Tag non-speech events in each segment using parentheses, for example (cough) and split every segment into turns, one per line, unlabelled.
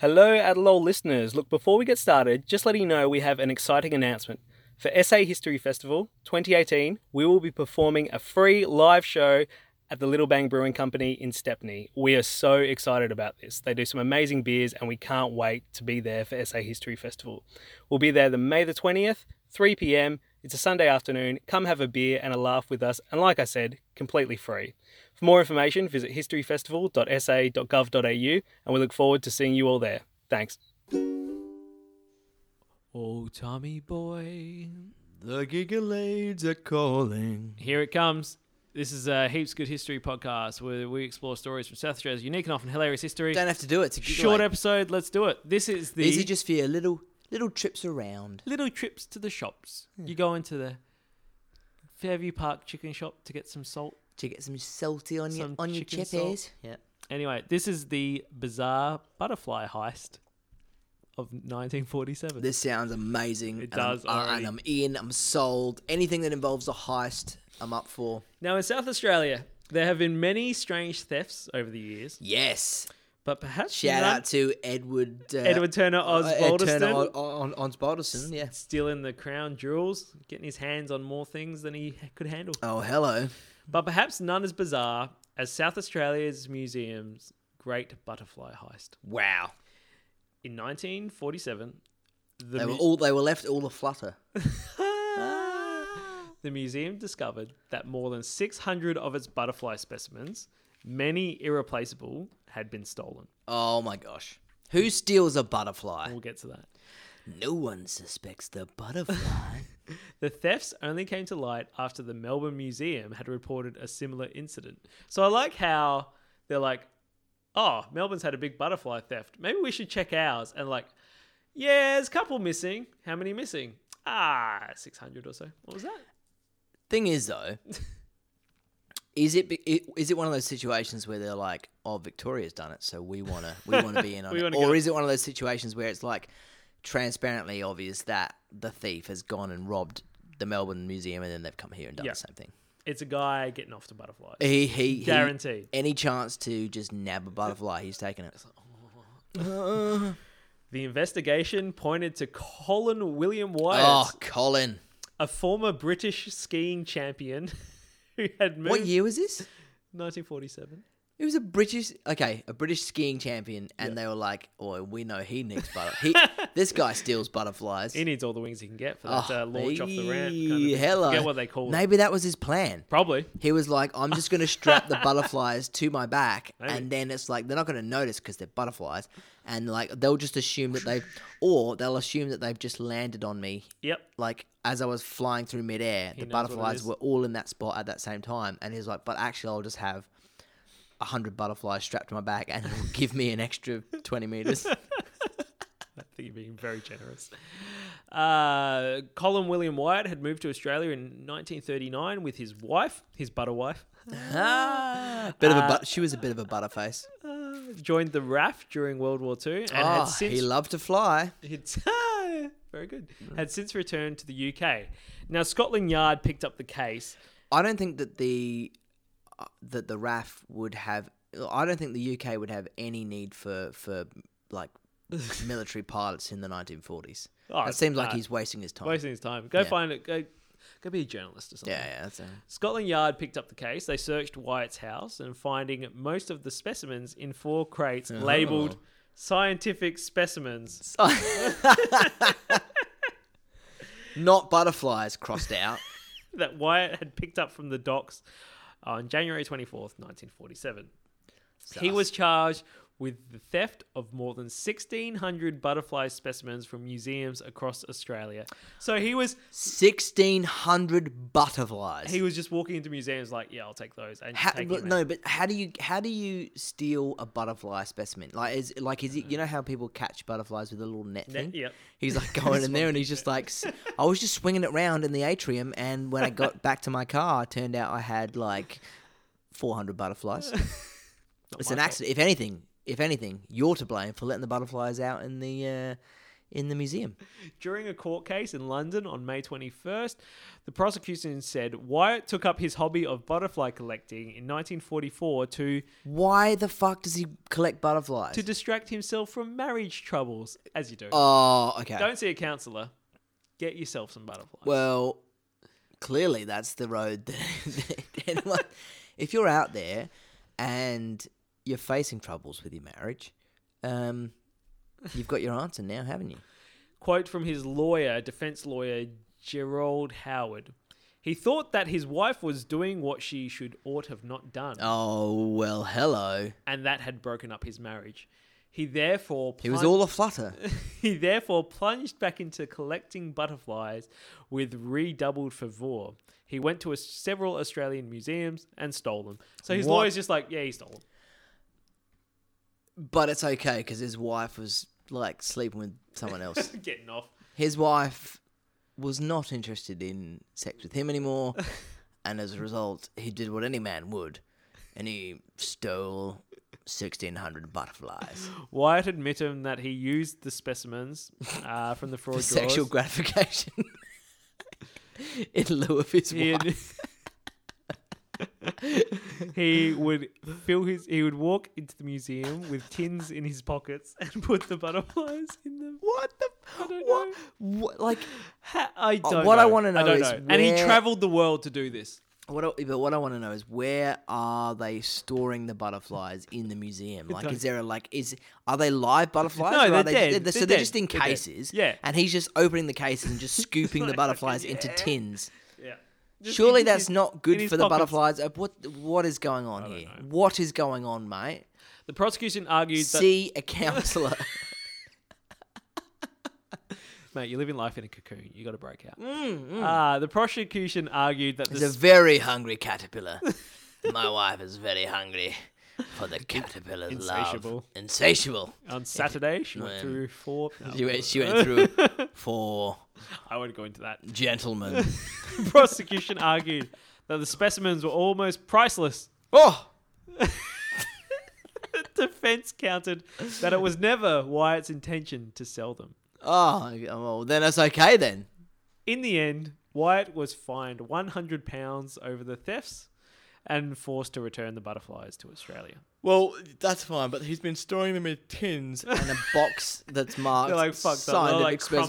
Hello, Adalol listeners. Look, before we get started, just letting you know we have an exciting announcement. For SA History Festival 2018, we will be performing a free live show at the Little Bang Brewing Company in Stepney. We are so excited about this. They do some amazing beers, and we can't wait to be there for SA History Festival. We'll be there the May the 20th, 3 p.m. It's a Sunday afternoon. Come have a beer and a laugh with us, and like I said, completely free. For more information, visit historyfestival.sa.gov.au, and we look forward to seeing you all there. Thanks.
Oh, Tommy boy.
The Gigalades are calling.
Here it comes. This is a Heaps Good History podcast where we explore stories from South Australia's unique and often hilarious history.
Don't have to do it. It's a good
Short
way.
episode. Let's do it. This is the
Easy just for your little little trips around.
little trips to the shops. You go into the Fairview Park chicken shop to get some salt.
To get some salty on your
Some
on your
chicken
chippies.
salt.
Yeah.
Anyway, this is the bizarre butterfly heist of 1947.
This sounds amazing.
It
and I'm-
does
uh,
already.
and I'm in, I'm sold. Anything that involves a heist, I'm up for.
now, in South Australia, there have been many strange thefts over the years,
Yes.
but perhaps
Shout
none-
out to Edward uh,
Edward Turner Osbaldiston.
Turner on, on, on Osbaldiston, yeah.
stealing the crown jewels, getting his hands on more things than he could handle.
Oh, hello.
But perhaps none as bizarre as South Australia's museum's great butterfly heist.
Wow.
In 1947, the,
They were
mu-
all they were left all aflutter.
Ah! the museum discovered that more than 600 of its butterfly specimens, many irreplaceable, had been stolen.
Oh my gosh. Who steals a butterfly?
We'll get to that.
No one suspects the
(laughs)
butterfly.
The thefts only came to light after the Melbourne Museum had reported a similar incident. So I like how they're like, oh, Melbourne's had a big butterfly theft. Maybe we should check ours. And like, yeah, there's a couple missing. How many missing? Ah, 600 or so. What was that?
Thing is, though, is it, be- it is it one of those situations where they're like, "Oh, Victoria's done it, so we want to
(laughs)
we want to be in on
We
it,"
wanna
or
go-
is it one of those situations where it's like transparently obvious that the thief has gone and robbed the Melbourne Museum, and then they've come here and done
Yeah.
the same thing?
It's a guy getting off to butterflies.
He he he-
Guaranteed.
any chance to just nab a butterfly, he's taking it.
Oh, The investigation pointed to Colin William Wyatt,
Oh, Colin,
a former British skiing champion (laughs) who had moved.
what year was this?
1947.
It was a British, okay, a British skiing champion, and they were like, "Oh, we know he needs
(laughs)
butter. He, this guy steals butterflies."
He needs all the wings he can get for that uh, launch off the ramp. Kind of
hey,
thing.
hello.
Forget what they call it.
Ah, Maybe that was his plan.
Probably.
He was like, I'm just going to
(laughs)
strap the butterflies to my back,
Maybe.
and then it's like they're not going to notice because they're butterflies, and like they'll just assume that they've, or they'll assume that they've just landed on me.
Yep.
Like as I was flying through midair, the
knows what it
butterflies
is.
were all in that spot at that same time, and he's like, but actually, I'll just have. a 100 butterflies strapped to my back and it'll give me an extra 20
(laughs)
meters. (laughs)
I think you're being very generous. Uh, Colin William Wyatt had moved to Australia in 1939 with his wife, his butter wife. (laughs)
bit
Uh,
of a but- she was a bit of a butterface.
Joined the RAF during World War II and
Ah,
had since
he loved to fly.
It's (laughs) very good. Had since returned to the UK. Now Scotland Yard picked up the case.
I don't think that the uh, that the RAF would have. I don't think the UK would have any need for for
(laughs)
like military pilots in the 1940s.
Oh,
that seems like
no.
he's wasting his time.
Wasting his time. Go
Yeah.
find it. Go, go be a journalist or something.
yeah, yeah, that's a-
Scotland Yard picked up the case. They searched Wyatt's house and finding most of the specimens in four crates
Oh.
labeled scientific specimens. (laughs)
(laughs) not butterflies crossed out.
that Wyatt had picked up from the docks on January 24th, 1947. He was charged with the theft of more than 1,600 butterfly specimens from museums across Australia. So he was
1600 butterflies.
he was just walking into museums like, yeah, I'll take those and
How,
take
but
them.
no, but how do you how do you steal a butterfly specimen? Like is like is it you know how people catch butterflies with a little net
Net,
thing?
yep.
He's like going in there and he's just like s- I was just swinging it round in the atrium and when I got back to my car, it turned out I had like 400 butterflies. it's an accident. If anything, if anything, you're to blame for letting the butterflies out in the uh, in the museum.
During a court case in London on May 21st, the prosecution said Wyatt took up his hobby of butterfly collecting in 1944 to
Why the fuck does he collect butterflies?
to distract himself from marriage troubles, as you do.
oh, okay.
Don't see a counselor. Get yourself some butterflies.
Well, clearly that's the road (laughs) that anyone. if you're out there and you're facing troubles with your marriage, um, you've got your answer now, haven't you?
Quote from his lawyer, defense lawyer Gerald Howard. He thought that his wife was doing what she should ought have not done,
Oh well, hello.
and that had broken up his marriage. He therefore
He was
plunged-
all a flutter.
(laughs) he therefore plunged back into collecting butterflies with redoubled fervor. He went to a, several Australian museums and stole them. So his
What?
lawyer's just like, yeah, he stole them.
(laughs)
(laughs)
But it's okay because his wife was like sleeping with someone else.
Getting off.
(laughs) His wife was not interested in sex with him (laughs) anymore, and as a result, he did what any man would, and he stole sixteen hundred butterflies.
Wyatt admitted that he used the specimens uh,
(laughs)
from the fraud
for
drawers.
sexual gratification (laughs) in lieu of his
he,
wife.
had- (laughs) he would fill his. He would walk into the museum with tins in his pockets and put the butterflies in them.
What the?
I don't
what?
know.
what? Like
Ha- I don't.
Uh, what
know.
I wanna know
don't
is
and he
where-
travelled the world to do this.
what? I, but what I want to know is where are they storing the butterflies in the museum? Like, is there a like is are they live butterflies?
No,
or
they're
are they
dead.
Just, so
They're
they're just
dead.
in
They're dead.
cases.
Yeah.
And he's just opening the cases
(laughs)
and just scooping the butterflies into tins.
Yeah.
Surely that's not
in
good
his
for the
pockets.
butterflies. Uh, What what is going on here? What is going on, mate?
The prosecution argued that
See a counsellor.
mate, you're living life in a cocoon. You got to break out.
Mm,
Ah, the prosecution argued that
It's
the
a very hungry caterpillar. (laughs) My wife is very hungry for the caterpillar's
insatiable.
love. Insatiable.
on Saturday she went
When-
through four. no,
She went, she
(laughs)
went through four
I won't go into that. (laughs)
gentlemen.
The prosecution argued that the specimens were almost priceless.
Oh,
The (laughs) defense countered that it was never Wyatt's intention to sell them.
oh, well, then that's okay then.
In the end, Wyatt was fined 100 pounds over the thefts and forced to return the butterflies to Australia.
Well, that's fine, but he's been storing them in
(laughs)
tins.
And a box that's marked
They're like, "Fuck that," they're
scientific
like
express- (laughs)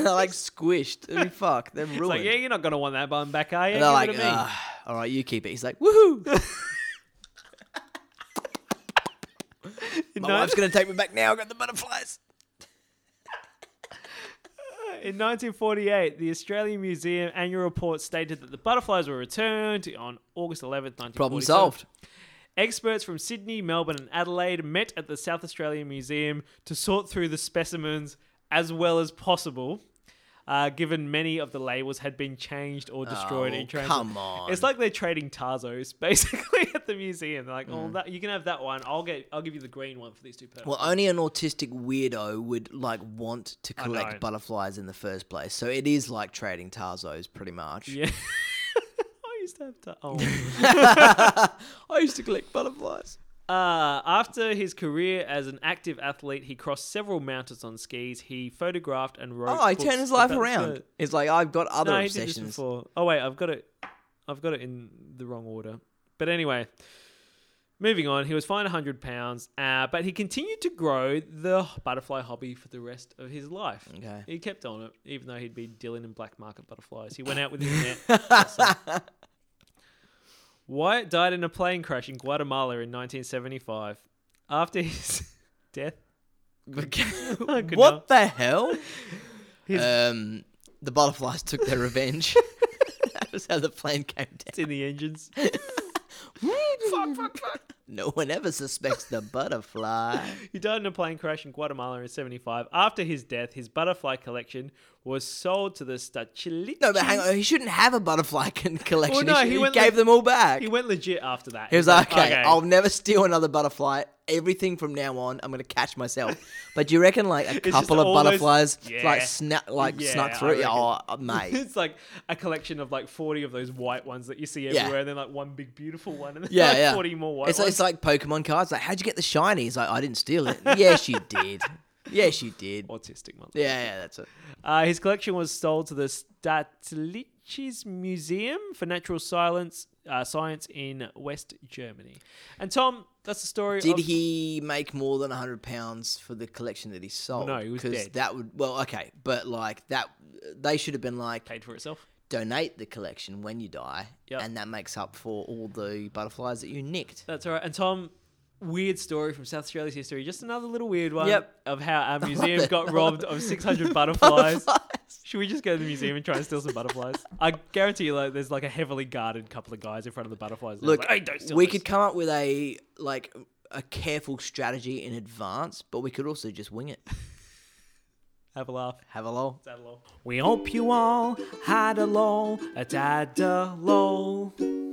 (laughs)
like squished. I mean, fuck, they're ruined.
It's like, yeah, you're not going to want that button back, are you?
and they're
Give
like,
it to me.
"Ah, all right, you keep it. He's
(laughs)
like, woohoo! My
No.
wife's gonna take me back now. I got the butterflies.
In 1948, the Australian Museum annual report stated that the butterflies were returned on August 11th, 1947.
Problem solved.
Experts from Sydney, Melbourne, and Adelaide met at the South Australian Museum to sort through the specimens as well as possible. Uh, given many of the labels had been changed or destroyed
Oh,
in transit,
come on.
it's like they're trading Tarzos (laughs) basically at the museum. They're like,
Mm.
oh, that, you can have that one. I'll get, I'll give you the green one for these two purples.
Well, only an autistic weirdo would like want to
know.
collect butterflies in the first place. So it is like trading Tarzos, pretty much.
Yeah. (laughs) I used to have to. Oh.
(laughs) I used to collect butterflies.
Uh, after his career as an active athlete, he crossed several mountains on skis. He photographed and wrote.
Oh, he
books
turned his life
about-
around. It's like I've got other
No, he did this
obsessions.
before. Oh wait, I've got it. I've got it in the wrong order. But anyway, moving on. He was fined hundred pounds, uh, but he continued to grow the butterfly hobby for the rest of his life. (laughs)
Okay.
He kept on it, even though he'd been dealing in black market butterflies. He went out with his net. So-
(laughs)
Wyatt died in a plane crash in Guatemala in 1975. After his (laughs) death, (laughs) I could
what
not.
the hell?
His-
um, the butterflies took
(laughs)
their revenge. (laughs) that was how the plane came
It's in the
(laughs)
engines.
down. No one ever suspects the butterfly.
He died in a plane crash in Guatemala in 75. After his death, his butterfly collection was sold to the Stachelichis.
No, but hang on. He shouldn't have a butterfly (laughs) con- collection.
no,
he,
he
should- he
went
gave
le-
them all back.
He went legit after that.
He was like, okay,
(laughs)
I'll never steal another butterfly. Everything from now on, I'm gonna
(laughs)
catch myself. But do you reckon like a
just
couple of
all those-
butterflies
Yeah.
like snuck like
Yeah,
snuck
I
through? Yeah,
reckon. (laughs)
Oh, mate.
It's like a collection of like 40 of those white ones that you see
Yeah.
everywhere, and then like one big beautiful one, and then
Yeah,
like
yeah.
40 more white
it's,
ones. (laughs)
it's like Pokemon cards. Like, how'd you get the shiny? He's like, I didn't steal it. yes, you did. Yes, you did.
Autistic month.
Yeah, yeah, that's it.
Uh, his collection was sold to the Staatliches Museum for Natural Science, uh, Science in West Germany. And Tom, that's the story.
Did
of-
he make more than hundred pounds for the collection that he sold?
No, he was
'Cause
dead.
That would well, okay, but like that, they should have been like
paid for itself?
donate the collection when you die,
Yep.
and that makes up for all the butterflies that you nicked.
That's all right. And Tom, weird story from South Australia's history. Just another little weird one
Yep.
of how
(laughs)
our museum
the-
got robbed of
(laughs)
600 butterflies. Should we just go to the museum and try and steal some
(laughs)
butterflies? I guarantee you, like, there's like a heavily guarded couple of guys in front of the butterflies. They're
Look,
like, "Hey, don't steal
we
this."
could come up with a like a careful strategy in advance, but we could also just wing it.
have a laugh.
Have a lol.
We hope you all had a lol, a dad a lol.